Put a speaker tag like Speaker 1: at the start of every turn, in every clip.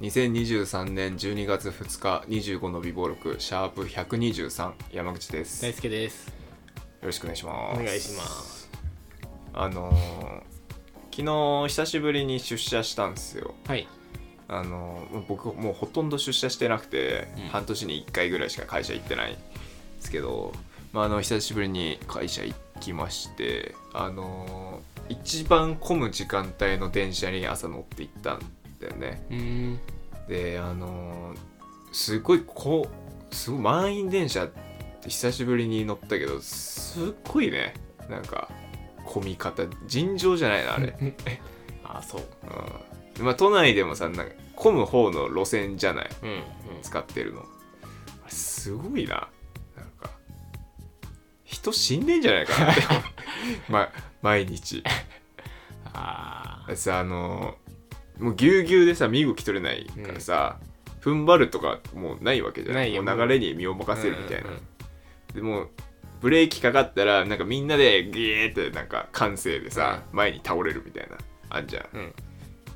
Speaker 1: 2023年12月2日25の微暴録シャープ123山口です
Speaker 2: 大
Speaker 1: よ
Speaker 2: 輔です
Speaker 1: ろしくお願いし
Speaker 2: お
Speaker 1: ます
Speaker 2: 願いします
Speaker 1: あのー昨日久しぶりに出社したんですよ
Speaker 2: はい
Speaker 1: あのー僕もうほとんど出社してなくて、
Speaker 2: うん
Speaker 1: 半年に1回ぐらいしか会社行ってないんですけど、まあ、あの久しぶりに会社行きましてあのー一番混む時間帯の電車に朝乗って行ったんだよね
Speaker 2: うーん
Speaker 1: であのーすごいこうすごい満員電車って久しぶりに乗ったけどすっごいねなんか混み方尋常じゃないなあれ、
Speaker 2: あそう
Speaker 1: うんまあ、都内でもさなんか混む方の路線じゃない
Speaker 2: うんうん
Speaker 1: 使ってるのあれすごいななんか人死んでんじゃないかなってま、毎日
Speaker 2: あ
Speaker 1: さあのもうぎゅうぎゅうでさ身動き取れないからさ、踏ん張るとかもうないわけじゃな
Speaker 2: ないいよ
Speaker 1: もう流れに身を任せるみたいな、
Speaker 2: うんうん
Speaker 1: でもうブレーキかかったらなんかみんなでギーってなんか感性でさ、前に倒れるみたいなあんじゃん、
Speaker 2: うん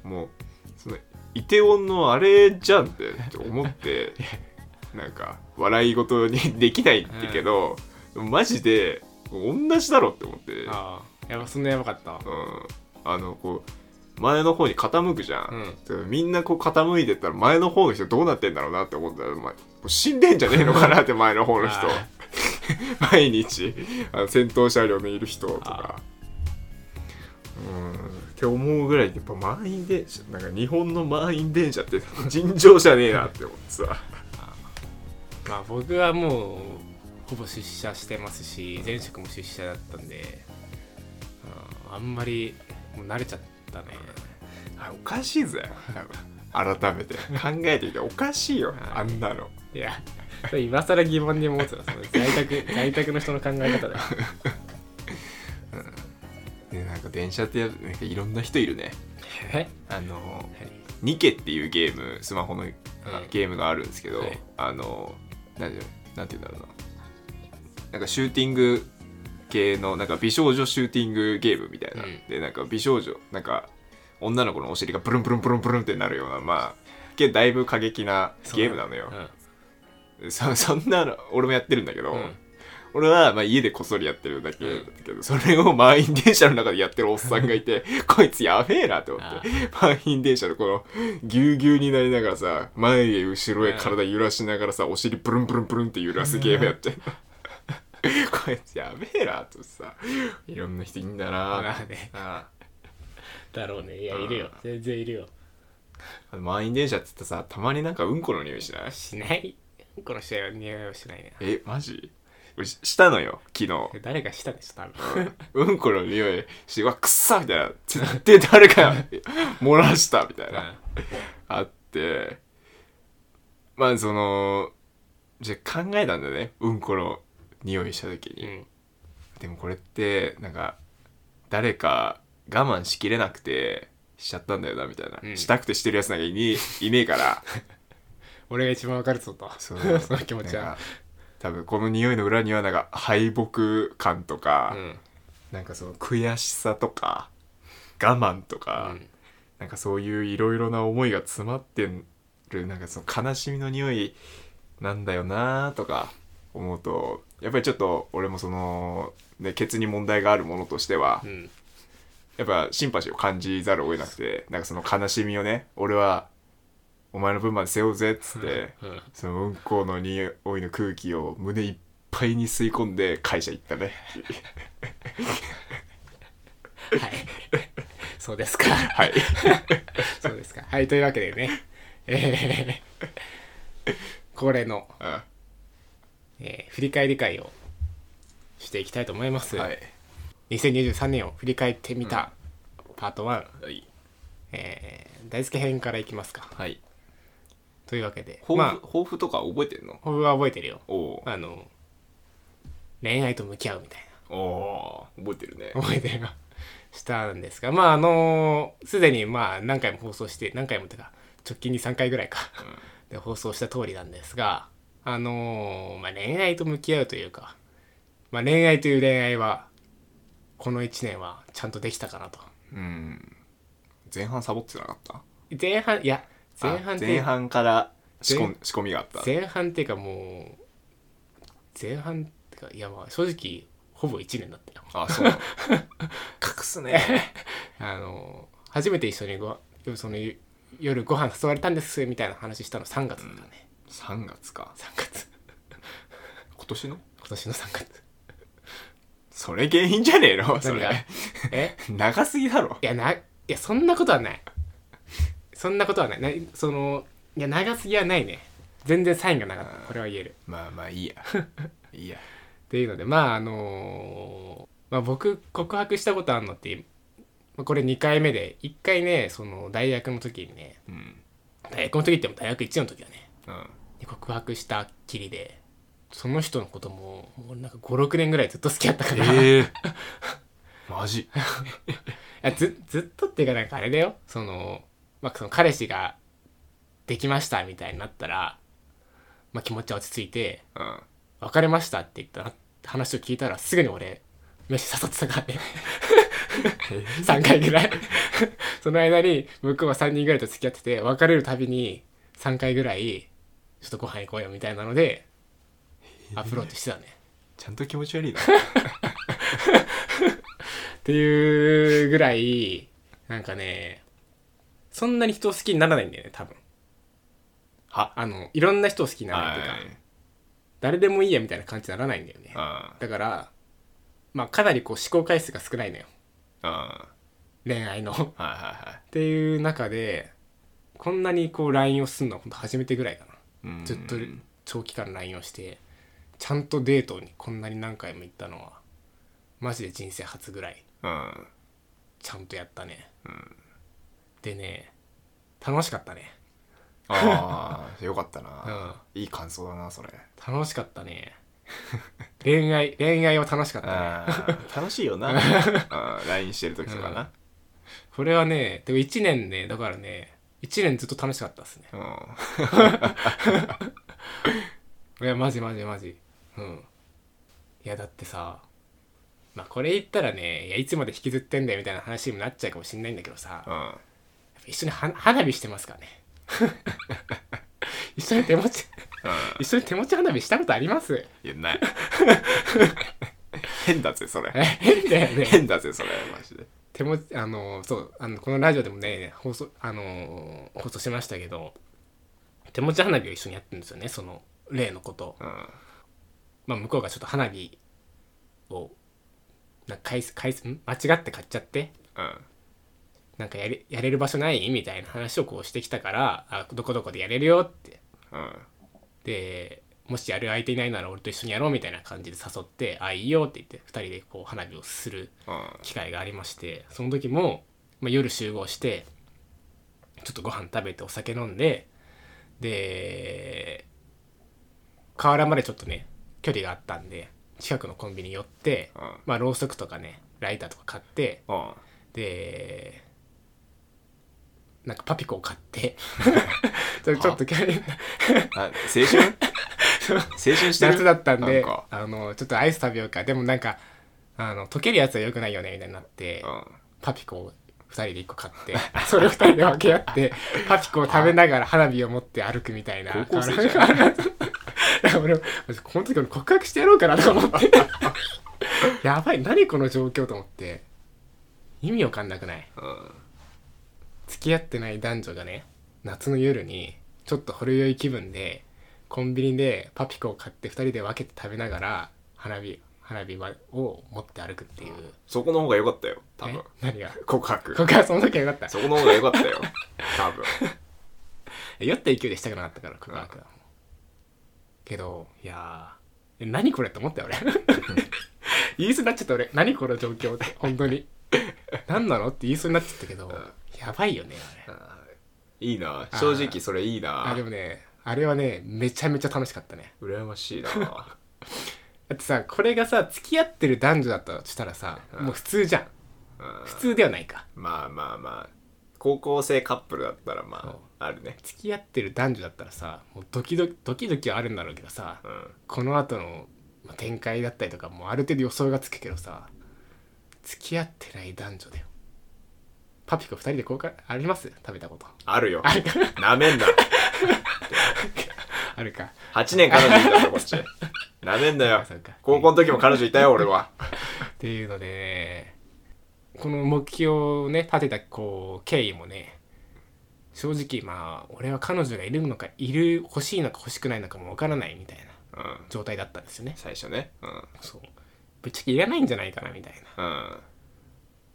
Speaker 1: もうそのイテウォンのあれじゃんって思って なんか笑い事にできないってけど、マジで同じだろって思って
Speaker 2: うんあーやばそんなやばかった
Speaker 1: うん、あのこう前の方に傾くじゃん、
Speaker 2: う
Speaker 1: でみんなこう傾いてったら前の方の人どうなってんだろうなって思ったら、まあ、もう死んでんじゃねえのかなって前の方の人
Speaker 2: あ
Speaker 1: 毎日あの先頭車両にいる人とかうんって思うぐらいやっぱ満員電車なんか日本の満員電車って尋常じゃねえなって思ってさ
Speaker 2: まあ僕はもうほぼ出社してますし前職も出社だったんで、うん、あんまりもう慣れちゃったね
Speaker 1: あおかしいぜ改めて考えてみておかしいよあんなの
Speaker 2: いや それ今更疑問に思ってたその在 宅在宅の人の考え方だよ
Speaker 1: でなんか電車ってやなんかいろんな人いるね
Speaker 2: え
Speaker 1: あの
Speaker 2: はい
Speaker 1: 「ニケ」っていうゲームスマホのあゲームがあるんですけど、
Speaker 2: はい
Speaker 1: あのなんていうなんていうんだろうななんかシューティング系のなんか美少女シューティングゲームみたいな、
Speaker 2: うん
Speaker 1: でなんか美少女なんか女の子のお尻がブルンブルンブルンブルンってなるようなまあけだいぶ過激な ゲームなのよそ そんなの俺もやってるんだけど、
Speaker 2: うん、うん
Speaker 1: 俺はまあ家でこっそりやってるだけだ
Speaker 2: うん
Speaker 1: けど、それを満員電車の中でやってるおっさんがい てこいつやべえなと思って満員電車のこのぎゅうぎゅうになりながらさ前へ後ろへ体揺らしながらさお尻プルンプルンプルンって揺らすゲームやっ てんのこいつやべえなとさいろんな人いんだな
Speaker 2: まあね
Speaker 1: あ
Speaker 2: だろうねいやいるよ全然いるよ
Speaker 1: あ満員電車っつってさたまになんかうんこの匂いしない
Speaker 2: しないこの試合は匂いはしないね
Speaker 1: えマジ俺ししたのよ昨日
Speaker 2: 誰かしたでしょ多分
Speaker 1: うんこの匂いして、うわ、くっさみたいな。絶対誰か漏らしたみたいな。あって、まあその、じゃあ考えたんだよね。うんこの匂いした時
Speaker 2: う
Speaker 1: に。
Speaker 2: ん
Speaker 1: でもこれって、なんか、誰か我慢しきれなくて、しちゃったんだよな、みたいな。
Speaker 2: うん
Speaker 1: したくてしてるやつなんかいねえ、いねえ から。
Speaker 2: 俺が一番わかるぞとその 気持ち
Speaker 1: なん
Speaker 2: は
Speaker 1: か多分この匂いの裏にはなんか敗北感とか、
Speaker 2: うん
Speaker 1: なんかその悔しさとか我慢とか、
Speaker 2: うん
Speaker 1: なんかそういういろいろな思いが詰まってるなんかその悲しみの匂いなんだよなとか思うとやっぱりちょっと俺もその、ね、ケツに問題があるものとしては、
Speaker 2: うん
Speaker 1: やっぱシンパシーを感じざるを得なくてなんかその悲しみをね俺はお前の分まで背負うぜっつって、
Speaker 2: うん
Speaker 1: そのうんこの匂いの空気を胸いっぱいに吸い込んで会社行った ね。
Speaker 2: はい。そうですか。
Speaker 1: はい
Speaker 2: そうですか。はい、というわけでね、えー、恒例の、
Speaker 1: うん
Speaker 2: えー振り返り会をしていきたいと思います。
Speaker 1: はい。
Speaker 2: 2023年を振り返ってみた、パート1、
Speaker 1: はい。
Speaker 2: えー、大輔編からいきますか。
Speaker 1: はい。
Speaker 2: というわけで、
Speaker 1: 抱負、
Speaker 2: まあ、
Speaker 1: 抱負とか覚えてんの
Speaker 2: 僕は覚えてるよ。
Speaker 1: おお
Speaker 2: あの、恋愛と向き合うみたい
Speaker 1: おお覚えてるね
Speaker 2: な。覚えてるがしたんですが、まあ、あのーすでにまあ、何回も放送して、何回もというか、直近に3回ぐらいか。で放送した通りなんですがあのーまあ、恋愛と向き合うというか、まあ、恋愛という恋愛はこの1年はちゃんとできたかなと
Speaker 1: うん。前半サボってなかった
Speaker 2: 前半いや前半
Speaker 1: あ
Speaker 2: って
Speaker 1: 前半から仕込
Speaker 2: 前
Speaker 1: ん仕込みがあった
Speaker 2: 前半っていうかもう前半っていうかいやまあ正直ほぼ1年だったよ
Speaker 1: あ そうなの隠す ね
Speaker 2: あの初めて一緒にご夜そのゆ夜ご飯誘われたんですみたいな話したの3月だからね、
Speaker 1: 3月か
Speaker 2: 3月
Speaker 1: 今年の
Speaker 2: 今年の3月
Speaker 1: それ原因じゃねえの そ
Speaker 2: 何が
Speaker 1: れ
Speaker 2: え
Speaker 1: 長すぎだろ
Speaker 2: いやないやそんなことはないそんなことはないなそのいや長すぎはないね全然サインがなかったこれは言える
Speaker 1: まあまあいい やいいや
Speaker 2: っていうのでまああのまあ、僕告白したことあるのってまあこれ2回目で1回ねその大学の時にね
Speaker 1: うん
Speaker 2: 大学の時っても大学1年の時だね
Speaker 1: うん
Speaker 2: で告白したっきりでその人のことももうなんか56年ぐらいずっと好きやったから、い
Speaker 1: え えマジ
Speaker 2: やずずっとっていうかなんかあれだよその,、まあ、その彼氏ができましたみたいになったら、まあ、気持ちは落ち着いて
Speaker 1: うん
Speaker 2: 別れましたって言ったら話を聞いたらすぐに俺飯誘ってたからね3回ぐらい その間に向こうは3人ぐらいと付き合ってて別れるたびに3回ぐらいちょっとご飯行こうよみたいなのでアプローチしてたね
Speaker 1: ちゃんと気持ち悪いな
Speaker 2: っていうぐらいなんかねそんなに人を好きにならないんだよね多分
Speaker 1: は
Speaker 2: あのいろんな人を好きにならないっていうか
Speaker 1: はい
Speaker 2: 誰でもいいやみたいな感じにならないんだよね
Speaker 1: あ
Speaker 2: だからまあかなりこう試行回数が少ないのよ
Speaker 1: ああ
Speaker 2: 恋愛の っ
Speaker 1: あはいはいはい
Speaker 2: ていう中でこんなにこう LINE をするのは本当初めてぐらいかな
Speaker 1: うん
Speaker 2: ずっと長期間 LINE をしてちゃんとデートにこんなに何回も行ったのはマジで人生初ぐらい
Speaker 1: うん
Speaker 2: ちゃんとやったね、でね楽しかったね
Speaker 1: ああよかった
Speaker 2: う
Speaker 1: な、
Speaker 2: ん
Speaker 1: いい感想だなそれ
Speaker 2: 楽しかったね恋愛恋愛は楽しかったね
Speaker 1: うん楽しいよなうん LINE してる時とかな
Speaker 2: これはねでも1年ねだからね1年ずっと楽しかったですね
Speaker 1: うん、
Speaker 2: いやマジマジマジうんいやだってさまあこれ言ったらねいやいつまで引きずってんだよみたいな話にもなっちゃうかもしんないんだけどさ
Speaker 1: う
Speaker 2: やっ
Speaker 1: ん
Speaker 2: ぱ一緒には花火してますからね 一緒に手持ち一緒に手持ち花火したことあり ます
Speaker 1: いやない変だぜそれ
Speaker 2: え変だよね
Speaker 1: 変だぜそれマジで
Speaker 2: 手持ちあのそうあのこのラジオでもね放送あの放送しましたけど手持ち花火を一緒にやってるんですよねその例のこと、
Speaker 1: うん
Speaker 2: まあ、向こうがちょっと花火をなんか買いす買いすん間違って買っちゃって
Speaker 1: うん
Speaker 2: なんかやれやれる場所ないみたいな話をこうしてきたからあどこどこでやれるよって
Speaker 1: うん
Speaker 2: でもしやる相手いないなら俺と一緒にやろうみたいな感じで誘ってあいいよって言って2人でこう花火をする
Speaker 1: うん
Speaker 2: 機会がありましてその時も、まあ、夜集合してちょっとご飯食べてお酒飲んでで河原までちょっとね距離があったんで近くのコンビニ寄って、
Speaker 1: うん
Speaker 2: まあ、ろうそくとかねライターとか買って
Speaker 1: うん
Speaker 2: でなんかパピコを買って ちょちょっと距離
Speaker 1: あ青春青春してる
Speaker 2: 夏だったん
Speaker 1: な
Speaker 2: で
Speaker 1: んか
Speaker 2: あのちょっとアイス食べようかでもなんかあの溶けるやつは良くないよねみたいになって、
Speaker 1: うん
Speaker 2: パピコを2人で1個買って それを2人で分け 合ってパピコを食べながら花火を持って歩くみたいな
Speaker 1: 高校生じゃ
Speaker 2: だ から俺もこの時俺告白してやろうかなとか思って やばい何この状況と思って意味わかんなくない
Speaker 1: うん
Speaker 2: 付き合ってない男女がね夏の夜にちょっとほろ酔い気分でコンビニでパピコを買って2人で分けて食べながら花火花火を持って歩くっていう
Speaker 1: そこの方が良かったよ多分
Speaker 2: え何が
Speaker 1: 告白
Speaker 2: 僕はその時はよかった
Speaker 1: そこの方が良かったよ多分
Speaker 2: 酔った勢いでしたくなかったから告白はけどいやーえ何これって思ったよ俺 言いそうになっちゃった俺何この状況って本当に何なのって言いそうになっちゃったけど、やばいよねあれ
Speaker 1: いいな正直それいい
Speaker 2: あ
Speaker 1: な
Speaker 2: でもねあれはねめちゃめちゃ楽しかったね
Speaker 1: 羨ましいな
Speaker 2: だってさこれがさ付き合ってる男女だったとしたらさ、もう普通じゃん
Speaker 1: うん
Speaker 2: 普通ではないか
Speaker 1: まあまあまあ高校生カップルだったらまああるね
Speaker 2: 付き合ってる男女だったらさもうドキドキドキドキはあるんだろうけどさ、
Speaker 1: うん
Speaker 2: この後のまあ展開だったりとかもうある程度予想がつくけどさ付き合ってない男女だよパピコ2人で交換あります食べたこと
Speaker 1: あるよ
Speaker 2: あるか
Speaker 1: なめんな
Speaker 2: あるか
Speaker 1: 8年彼女いたんだこっち なめんなよ
Speaker 2: そうか
Speaker 1: 高校の時も彼女いたよ俺は
Speaker 2: っていうのでねこの目標をね立てたこう経緯もね正直まあ俺は彼女がいるのかいる欲しいのか欲しくないのかもわからないみたいな
Speaker 1: うん
Speaker 2: 状態だったんですよね
Speaker 1: 最初ねうん
Speaker 2: そうぶっちゃけいらないんじゃないかなみたいな
Speaker 1: うん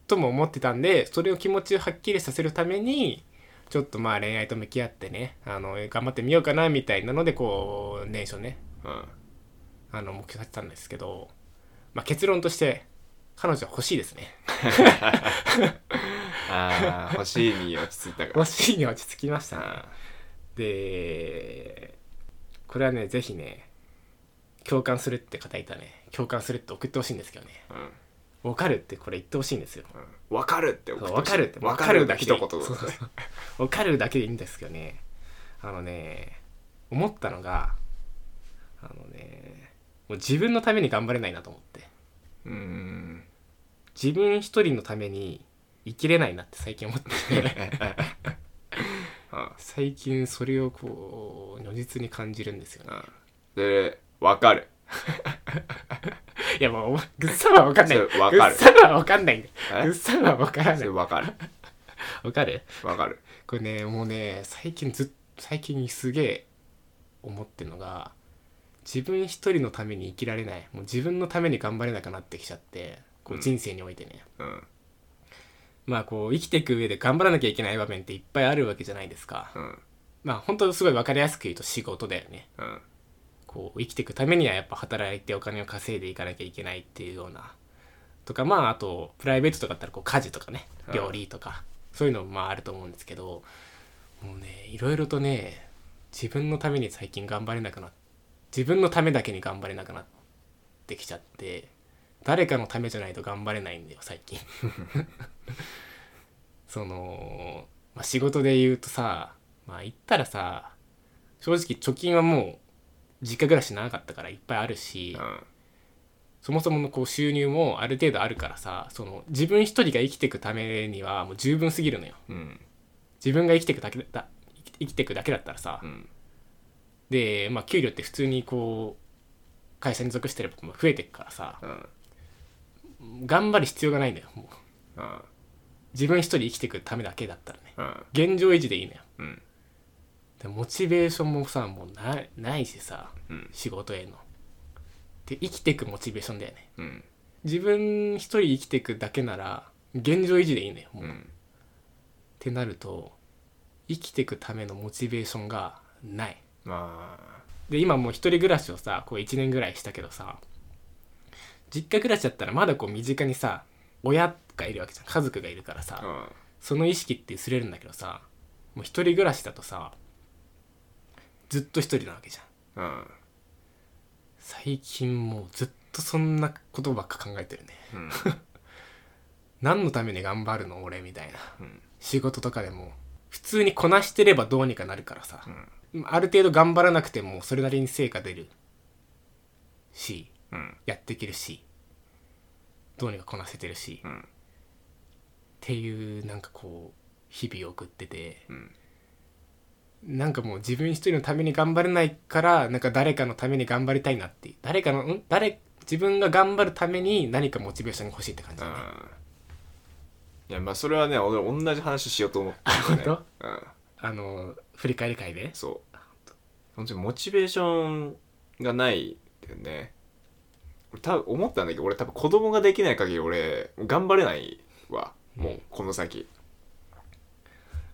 Speaker 2: とも思ってたんでそれを気持ちをはっきりさせるためにちょっとまあ恋愛と向き合ってねあの頑張ってみようかなみたいなのでこう年初ね
Speaker 1: うん
Speaker 2: あの目標立てたんですけど、まあ、結論として彼女は欲しいですね
Speaker 1: ああ欲しいに落ち着いたか
Speaker 2: 欲しいに落ち着きましたね
Speaker 1: ら
Speaker 2: でこれはねぜひね共感するって方いたらね共感するって送ってほしいんですけどね
Speaker 1: うん
Speaker 2: 分かるってこれ言ってほしいんですよ
Speaker 1: うんわかるって送って
Speaker 2: そう
Speaker 1: ほ
Speaker 2: 分
Speaker 1: しい
Speaker 2: かるって
Speaker 1: わ
Speaker 2: 分
Speaker 1: か
Speaker 2: か
Speaker 1: る
Speaker 2: る
Speaker 1: だ
Speaker 2: だ
Speaker 1: け
Speaker 2: け
Speaker 1: 一
Speaker 2: で
Speaker 1: 言
Speaker 2: そうそうそう 分かるだけでいいんですけどねあのね思ったのがあのねもう自分のために頑張れないなと思って
Speaker 1: うん
Speaker 2: 自分一人のために生きれないなって最近 思って
Speaker 1: うん
Speaker 2: 最近それをこう如実に感じるんですよね
Speaker 1: でわかる
Speaker 2: いやもう、ぐっさらは分かんない。
Speaker 1: そ
Speaker 2: ぐ
Speaker 1: れわかる
Speaker 2: っさらは分かんない。
Speaker 1: え
Speaker 2: ぐっさらは分から
Speaker 1: そ
Speaker 2: な
Speaker 1: れ
Speaker 2: い。
Speaker 1: わかる
Speaker 2: 分かる
Speaker 1: わかる
Speaker 2: これね、もうね、最近ずっ最近すげえ思ってるのが、自分一人のために生きられない。もう自分のために頑張れなくなってきちゃって、こ
Speaker 1: う
Speaker 2: うん人生においてね。
Speaker 1: うん
Speaker 2: まあこう、生きていく上で頑張らなきゃいけない場面っていっぱいあるわけじゃないですか。
Speaker 1: うん
Speaker 2: まあ本当すごい分かりやすく言うと仕事だよね。
Speaker 1: うん
Speaker 2: こう生きていくためにはやっぱ働いてお金を稼いでいかなきゃいけないっていうようなとかまああとプライベートとかだったらこう家事とかね
Speaker 1: はい
Speaker 2: 料理とか、そういうのもまああると思うんですけどもうねいろいろとね自分のために最近頑張れなくなっ自分のためだけに頑張れなくなってきちゃって誰かのためじゃないと頑張れないんだよ最近 その、まあ、仕事で言うとさまあ言ったらさ正直貯金はもう実家暮らし長かったからいっぱいあるし、
Speaker 1: うん
Speaker 2: そもそものこう収入もある程度あるからさその自分一人が生きていくためにはもう十分すぎるのよ
Speaker 1: うん
Speaker 2: 自分が生きていくだけだだ生き生きていくだけだったらさ、
Speaker 1: うん
Speaker 2: でまあ給料って普通にこう会社に属してれば増えていくからさ
Speaker 1: うん
Speaker 2: 頑張る必要がないんだよもう
Speaker 1: うん
Speaker 2: 自分一人生きていくためだけだったらね
Speaker 1: うん
Speaker 2: 現状維持でいいのよ
Speaker 1: うん
Speaker 2: でモチベーションもさもうないないしさ
Speaker 1: うん
Speaker 2: 仕事へので生きていくモチベーションだよね
Speaker 1: うん
Speaker 2: 自分一人生きていくだけなら現状維持でいいのよもう、
Speaker 1: う
Speaker 2: っ
Speaker 1: ん
Speaker 2: てなると生きていくためのモチベーションがない
Speaker 1: ま
Speaker 2: で今もう一人暮らしをさこう1年ぐらいしたけどさ実家暮らしだったらまだこう身近にさ親がいるわけじゃん家族がいるからさ、
Speaker 1: あうん
Speaker 2: その意識って薄れるんだけどさもう一人暮らしだとさずっと一人なわけじゃん
Speaker 1: うん
Speaker 2: 最近もうずっとそんなことばっか考えてるね
Speaker 1: うん
Speaker 2: 何のために頑張るの俺みたいな
Speaker 1: うん
Speaker 2: 仕事とかでも普通にこなしてればどうにかなるからさ
Speaker 1: ん、
Speaker 2: ある程度頑張らなくてもそれなりに成果出るし
Speaker 1: うん
Speaker 2: やっていけるしどうにかこなせてるし、
Speaker 1: う
Speaker 2: っ
Speaker 1: ん
Speaker 2: ていうなんかこう日々を送ってて、
Speaker 1: ん
Speaker 2: なんかもう自分一人のために頑張れないからなんか誰かのために頑張りたいなっていう誰かのん誰自分が頑張るために何かモチベーションが欲しいって感じだね
Speaker 1: いやまあそれはね俺同じ話しようと思ってた、ね、
Speaker 2: 本
Speaker 1: うん
Speaker 2: あの振り返り会で
Speaker 1: そう本当にモチベーションがないんだよね俺多分思ったんだけど俺多分子供ができない限り俺頑張れないわも
Speaker 2: う
Speaker 1: うんこの先、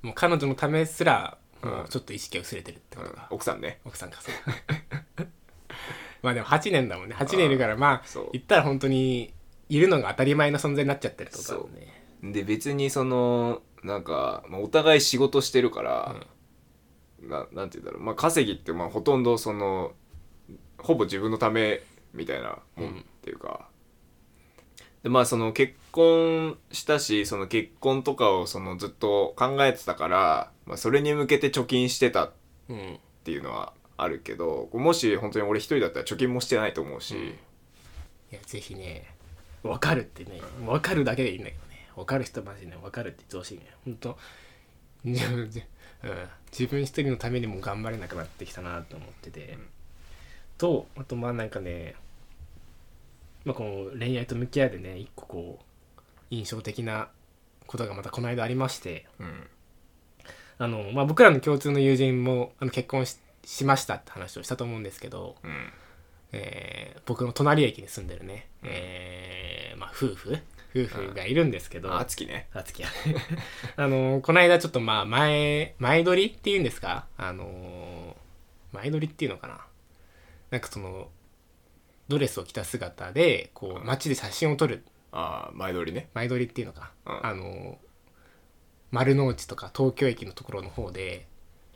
Speaker 2: もう彼女のためすら
Speaker 1: うん
Speaker 2: もうちょっと意識が薄れてるって
Speaker 1: う
Speaker 2: こ
Speaker 1: ん
Speaker 2: とか、
Speaker 1: 奥さんね
Speaker 2: 奥さんかそう まあでも8年だもんね8年いるからまあ
Speaker 1: そう
Speaker 2: 言ったら本当にいるのが当たり前の存在になっちゃってるってことだもんね
Speaker 1: で別にそのなんか、まあ、お互い仕事してるから、ななんて言うんだろう、まあ、稼ぎってまあほとんどそのほぼ自分のためみたいなも
Speaker 2: うん
Speaker 1: んっていうか、でまあその結婚したしその結婚とかをそのずっと考えてたから、まあ、それに向けて貯金してたっ
Speaker 2: うん、うん
Speaker 1: ていうのはあるけどもし本当に俺一人だったら貯金もしてないと思うし、
Speaker 2: いやぜひね分かるってね分かるだけでいいんだけどね分かる人マジね分かるって言ってほしいね本当自分じうん自分一人のためにも頑張れなくなってきたなと思ってて、
Speaker 1: ん
Speaker 2: とあとまあなんかね、まあ、この恋愛と向き合いでね一個こう印象的なことがまたこの間ありまして
Speaker 1: うん
Speaker 2: あの、まあ、僕らの共通の友人もあの結婚ししましたって話をしたと思うんですけど、
Speaker 1: うん
Speaker 2: えー僕の隣駅に住んでるね、
Speaker 1: うん
Speaker 2: えーまあ、夫婦夫婦がいるんですけど、
Speaker 1: あつきね
Speaker 2: あつきや あのこの間ちょっとまあ前前撮りっていうんですかあの前撮りっていうのかななんかそのドレスを着た姿でこう街で写真を撮る
Speaker 1: ああ前撮りね
Speaker 2: 前撮りっていうのか、
Speaker 1: うん
Speaker 2: あの丸の内とか東京駅のところの方で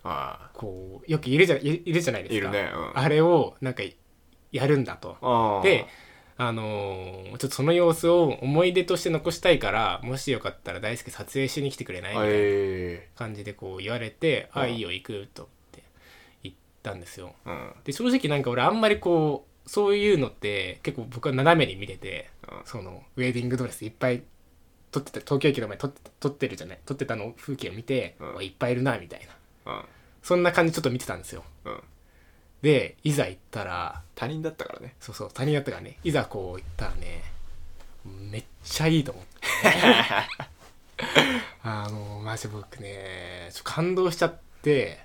Speaker 1: あ
Speaker 2: こうよくいるじゃいいるじゃないですか
Speaker 1: いるねうん
Speaker 2: あれをなんかやるんだと
Speaker 1: あああ
Speaker 2: であのーちょっとその様子を思い出として残したいからもしよかったら大輔撮影しに来てくれないみたいな
Speaker 1: え
Speaker 2: 感じでこう言われて「
Speaker 1: うん
Speaker 2: あいいよ行く」とって言ったんですよ
Speaker 1: えうん
Speaker 2: で正直なんか俺あんまりこうそういうのって結構僕は斜めに見てて
Speaker 1: うん
Speaker 2: そのウェディングドレスいっぱい撮ってた東京駅の前撮って撮ってるじゃない撮ってたの風景を見て、
Speaker 1: うん
Speaker 2: おいいっぱいいるなみたいな
Speaker 1: うん
Speaker 2: そんな感じちょっと見てたんですよ
Speaker 1: うん
Speaker 2: でいざ行ったら
Speaker 1: 他人だったからね
Speaker 2: そうそう他人だったからねいざこう行ったらねめっちゃいいと思ってあのマジ僕ねちょっと感動しちゃって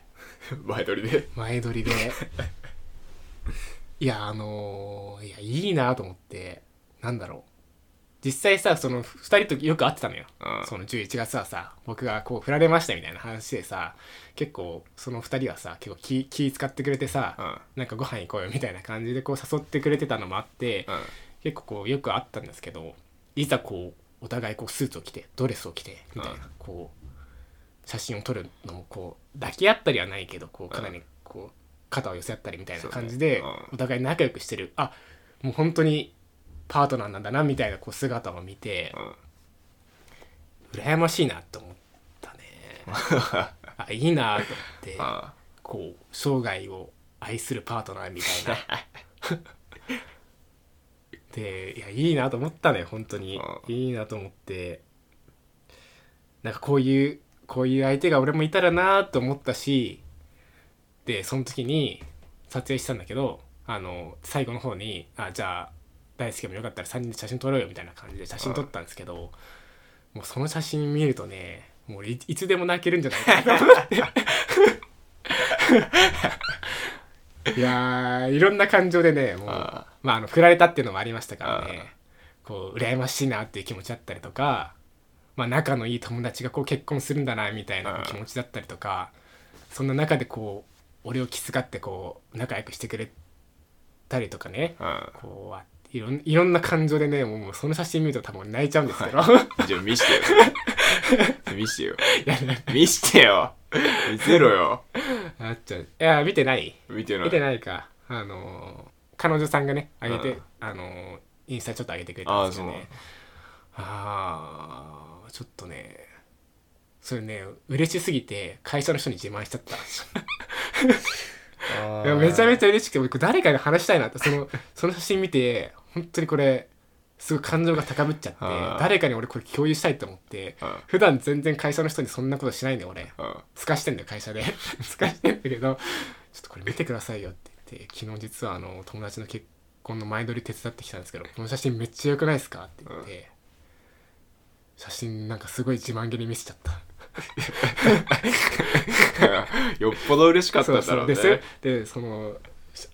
Speaker 1: 前撮りで
Speaker 2: 前撮りでいやあのーいやいいなと思ってなんだろう実際さその2人とよく会ってたのよ、
Speaker 1: うん
Speaker 2: その11月はさ僕がこう振られましたみたいな話でさ結構その2人はさ結構気気使ってくれてさ、
Speaker 1: うんうん
Speaker 2: なんかご飯行こうよみたいな感じでこう誘ってくれてたのもあって、結構こうよくあったんですけどいざこうお互いこうスーツを着てドレスを着てみたいな、
Speaker 1: うん
Speaker 2: こう写真を撮るのもこう抱き合ったりはないけどこうかなりこう肩を寄せ合ったりみたいな感じで、
Speaker 1: そうねうん
Speaker 2: お互い仲良くしてるあもう本当にパートナーなんだなみたいなこう姿を見て
Speaker 1: うん
Speaker 2: 羨ましいなと思 ったねあいいなと思って
Speaker 1: あ
Speaker 2: こう生涯を愛するパートナーみたいな。でいやいいなと思ったね本当に
Speaker 1: う
Speaker 2: いいなと思ってなんかこういうこういう相手が俺もいたらなと思ったしでその時に撮影したんだけどあの最後の方にあじゃあ大輔もよかったら3人で写真撮ろうよみたいな感じで写真撮ったんですけど、もうその写真見るとねもう俺いいつでも泣けるんじゃないかなと思っていやーいろんな感情でねもう
Speaker 1: あ
Speaker 2: まああの振られたっていうのもありましたからねこう羨ましいなっていう気持ちだったりとか、まあ、仲のいい友達がこう結婚するんだなみたいな
Speaker 1: うん
Speaker 2: 気持ちだったりとか、そんな中でこう俺を気遣ってこう仲良くしてくれたりとかね、
Speaker 1: うん
Speaker 2: こうあいろんいろんな感情でねもうその写真見ると多分泣いちゃうんですけど、
Speaker 1: じゃあ見してよ見してよ 見してよ見せろよ
Speaker 2: なっちゃういや見てない
Speaker 1: 見てな
Speaker 2: 見て
Speaker 1: い
Speaker 2: ないかあのー彼女さんがね上げて、
Speaker 1: うん
Speaker 2: あのーインスタちょっと上げてくれたんですけどねああーちょっとねそれね嬉しすぎて会社の人に自慢しちゃったいやめちゃめちゃ嬉しくて僕誰かに話したいなってその その写真見て本当にこれすごい感情が高ぶっちゃって
Speaker 1: あー
Speaker 2: 誰かに俺これ共有したいと思って
Speaker 1: うん
Speaker 2: 普段全然会社の人にそんなことしないんだよ俺
Speaker 1: うん
Speaker 2: すかしてんだよ会社で すかしてんだけどちょっとこれ見てくださいよって言って昨日実はあの友達の結婚の前撮り手伝ってきたんですけどこの写真めっちゃ良くないですかって言って、写真なんかすごい自慢げに見せちゃった
Speaker 1: よっぽど嬉しかったんだ
Speaker 2: そ
Speaker 1: ろ
Speaker 2: う
Speaker 1: う
Speaker 2: で
Speaker 1: ね
Speaker 2: すでその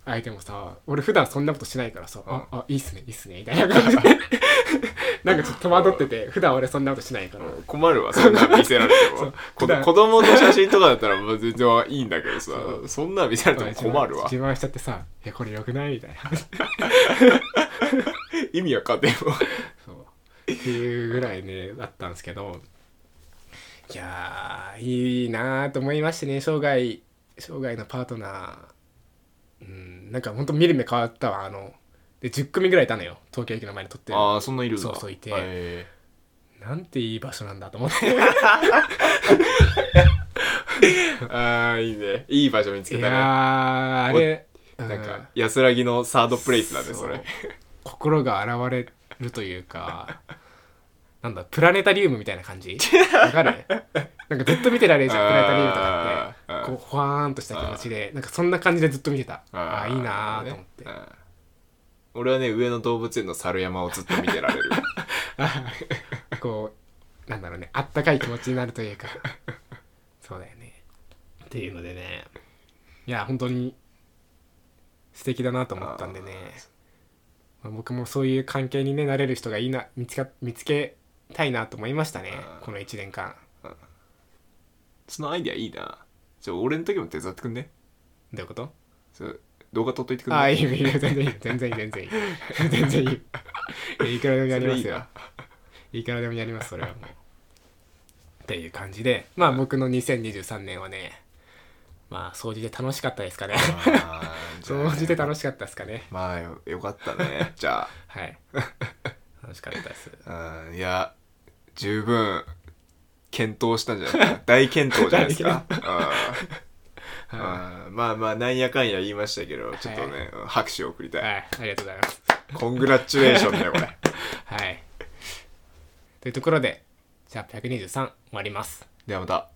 Speaker 2: 相手もさ俺普段そんなことしないからさ、
Speaker 1: うん
Speaker 2: ああいいっすねいいっすねみたいな感じで なんかちょっと戸惑ってて普段俺そんなことしないから、
Speaker 1: 困るわそんな見せられて
Speaker 2: そ
Speaker 1: も
Speaker 2: う
Speaker 1: こ
Speaker 2: 普段
Speaker 1: 子供の写真とかだったらまあ全然いいんだけどさ
Speaker 2: そう
Speaker 1: そんな見せられても困るわ
Speaker 2: 自慢しちゃってさ「いやこれ良くない?」みたいな
Speaker 1: 意味わかんないもん
Speaker 2: そうっていうぐらいねだったんですけどいやーいいなーと思いましてね生涯生涯のパートナーうんなんかほんと見る目変わったわあので10組ぐらいいたのよ東京駅の前に撮ってる
Speaker 1: ああそんないるんだ
Speaker 2: そうそういて
Speaker 1: へ
Speaker 2: なんていい場所なんだと思って
Speaker 1: ーああいいねいい場所見つけ
Speaker 2: い
Speaker 1: た
Speaker 2: やー
Speaker 1: ね
Speaker 2: あれ
Speaker 1: なん
Speaker 2: う
Speaker 1: か安らぎのサードプレイスだね
Speaker 2: そう
Speaker 1: それ
Speaker 2: 心が洗われるというかなんだプラネタリウムみたいな感じわかるなんかずっと見てられるじゃんプラネタリウムとか
Speaker 1: あー
Speaker 2: ってこうほわーんとした気持ちでなんかそんな感じでずっと見てたああーいいなーと思って、
Speaker 1: ねうん俺はね上野動物園の猿山をずっと見てられる
Speaker 2: こうなんだろうねあったかい気持ちになるというかそうだよねっていうのでねいや本当に素敵だなと思ったんでねまあ僕もそういう関係に、ね、なれる人がいいな見つか見つけたいなと思いましたねこの1年間
Speaker 1: そのアイディアいいなじゃあ俺の時も手伝ってくんね
Speaker 2: どういうこと
Speaker 1: そう動画撮っといてくんね
Speaker 2: ああいいよいいよ全然いいよ全然いい全然いい全然いいよいやいくらでもやりま
Speaker 1: それ
Speaker 2: す
Speaker 1: いい
Speaker 2: よ
Speaker 1: ない
Speaker 2: くらでもやりますそれはもうっていう感じでまあ僕の2023年はねまあ掃除で楽しかったですかね
Speaker 1: あー じゃあ
Speaker 2: 掃除で楽しかったですかね
Speaker 1: まあよよかったねじゃ
Speaker 2: はい 楽しかったです
Speaker 1: あうんいや十分検討したんじゃ ない大健闘じゃないですかうんうんまあまあなんやかんや言いましたけどちょっとね、うん拍手を送りたい、
Speaker 2: はいありがとうございます
Speaker 1: コングラッチュレーションだよこれ
Speaker 2: はいというところでじゃあ123終わります
Speaker 1: ではまた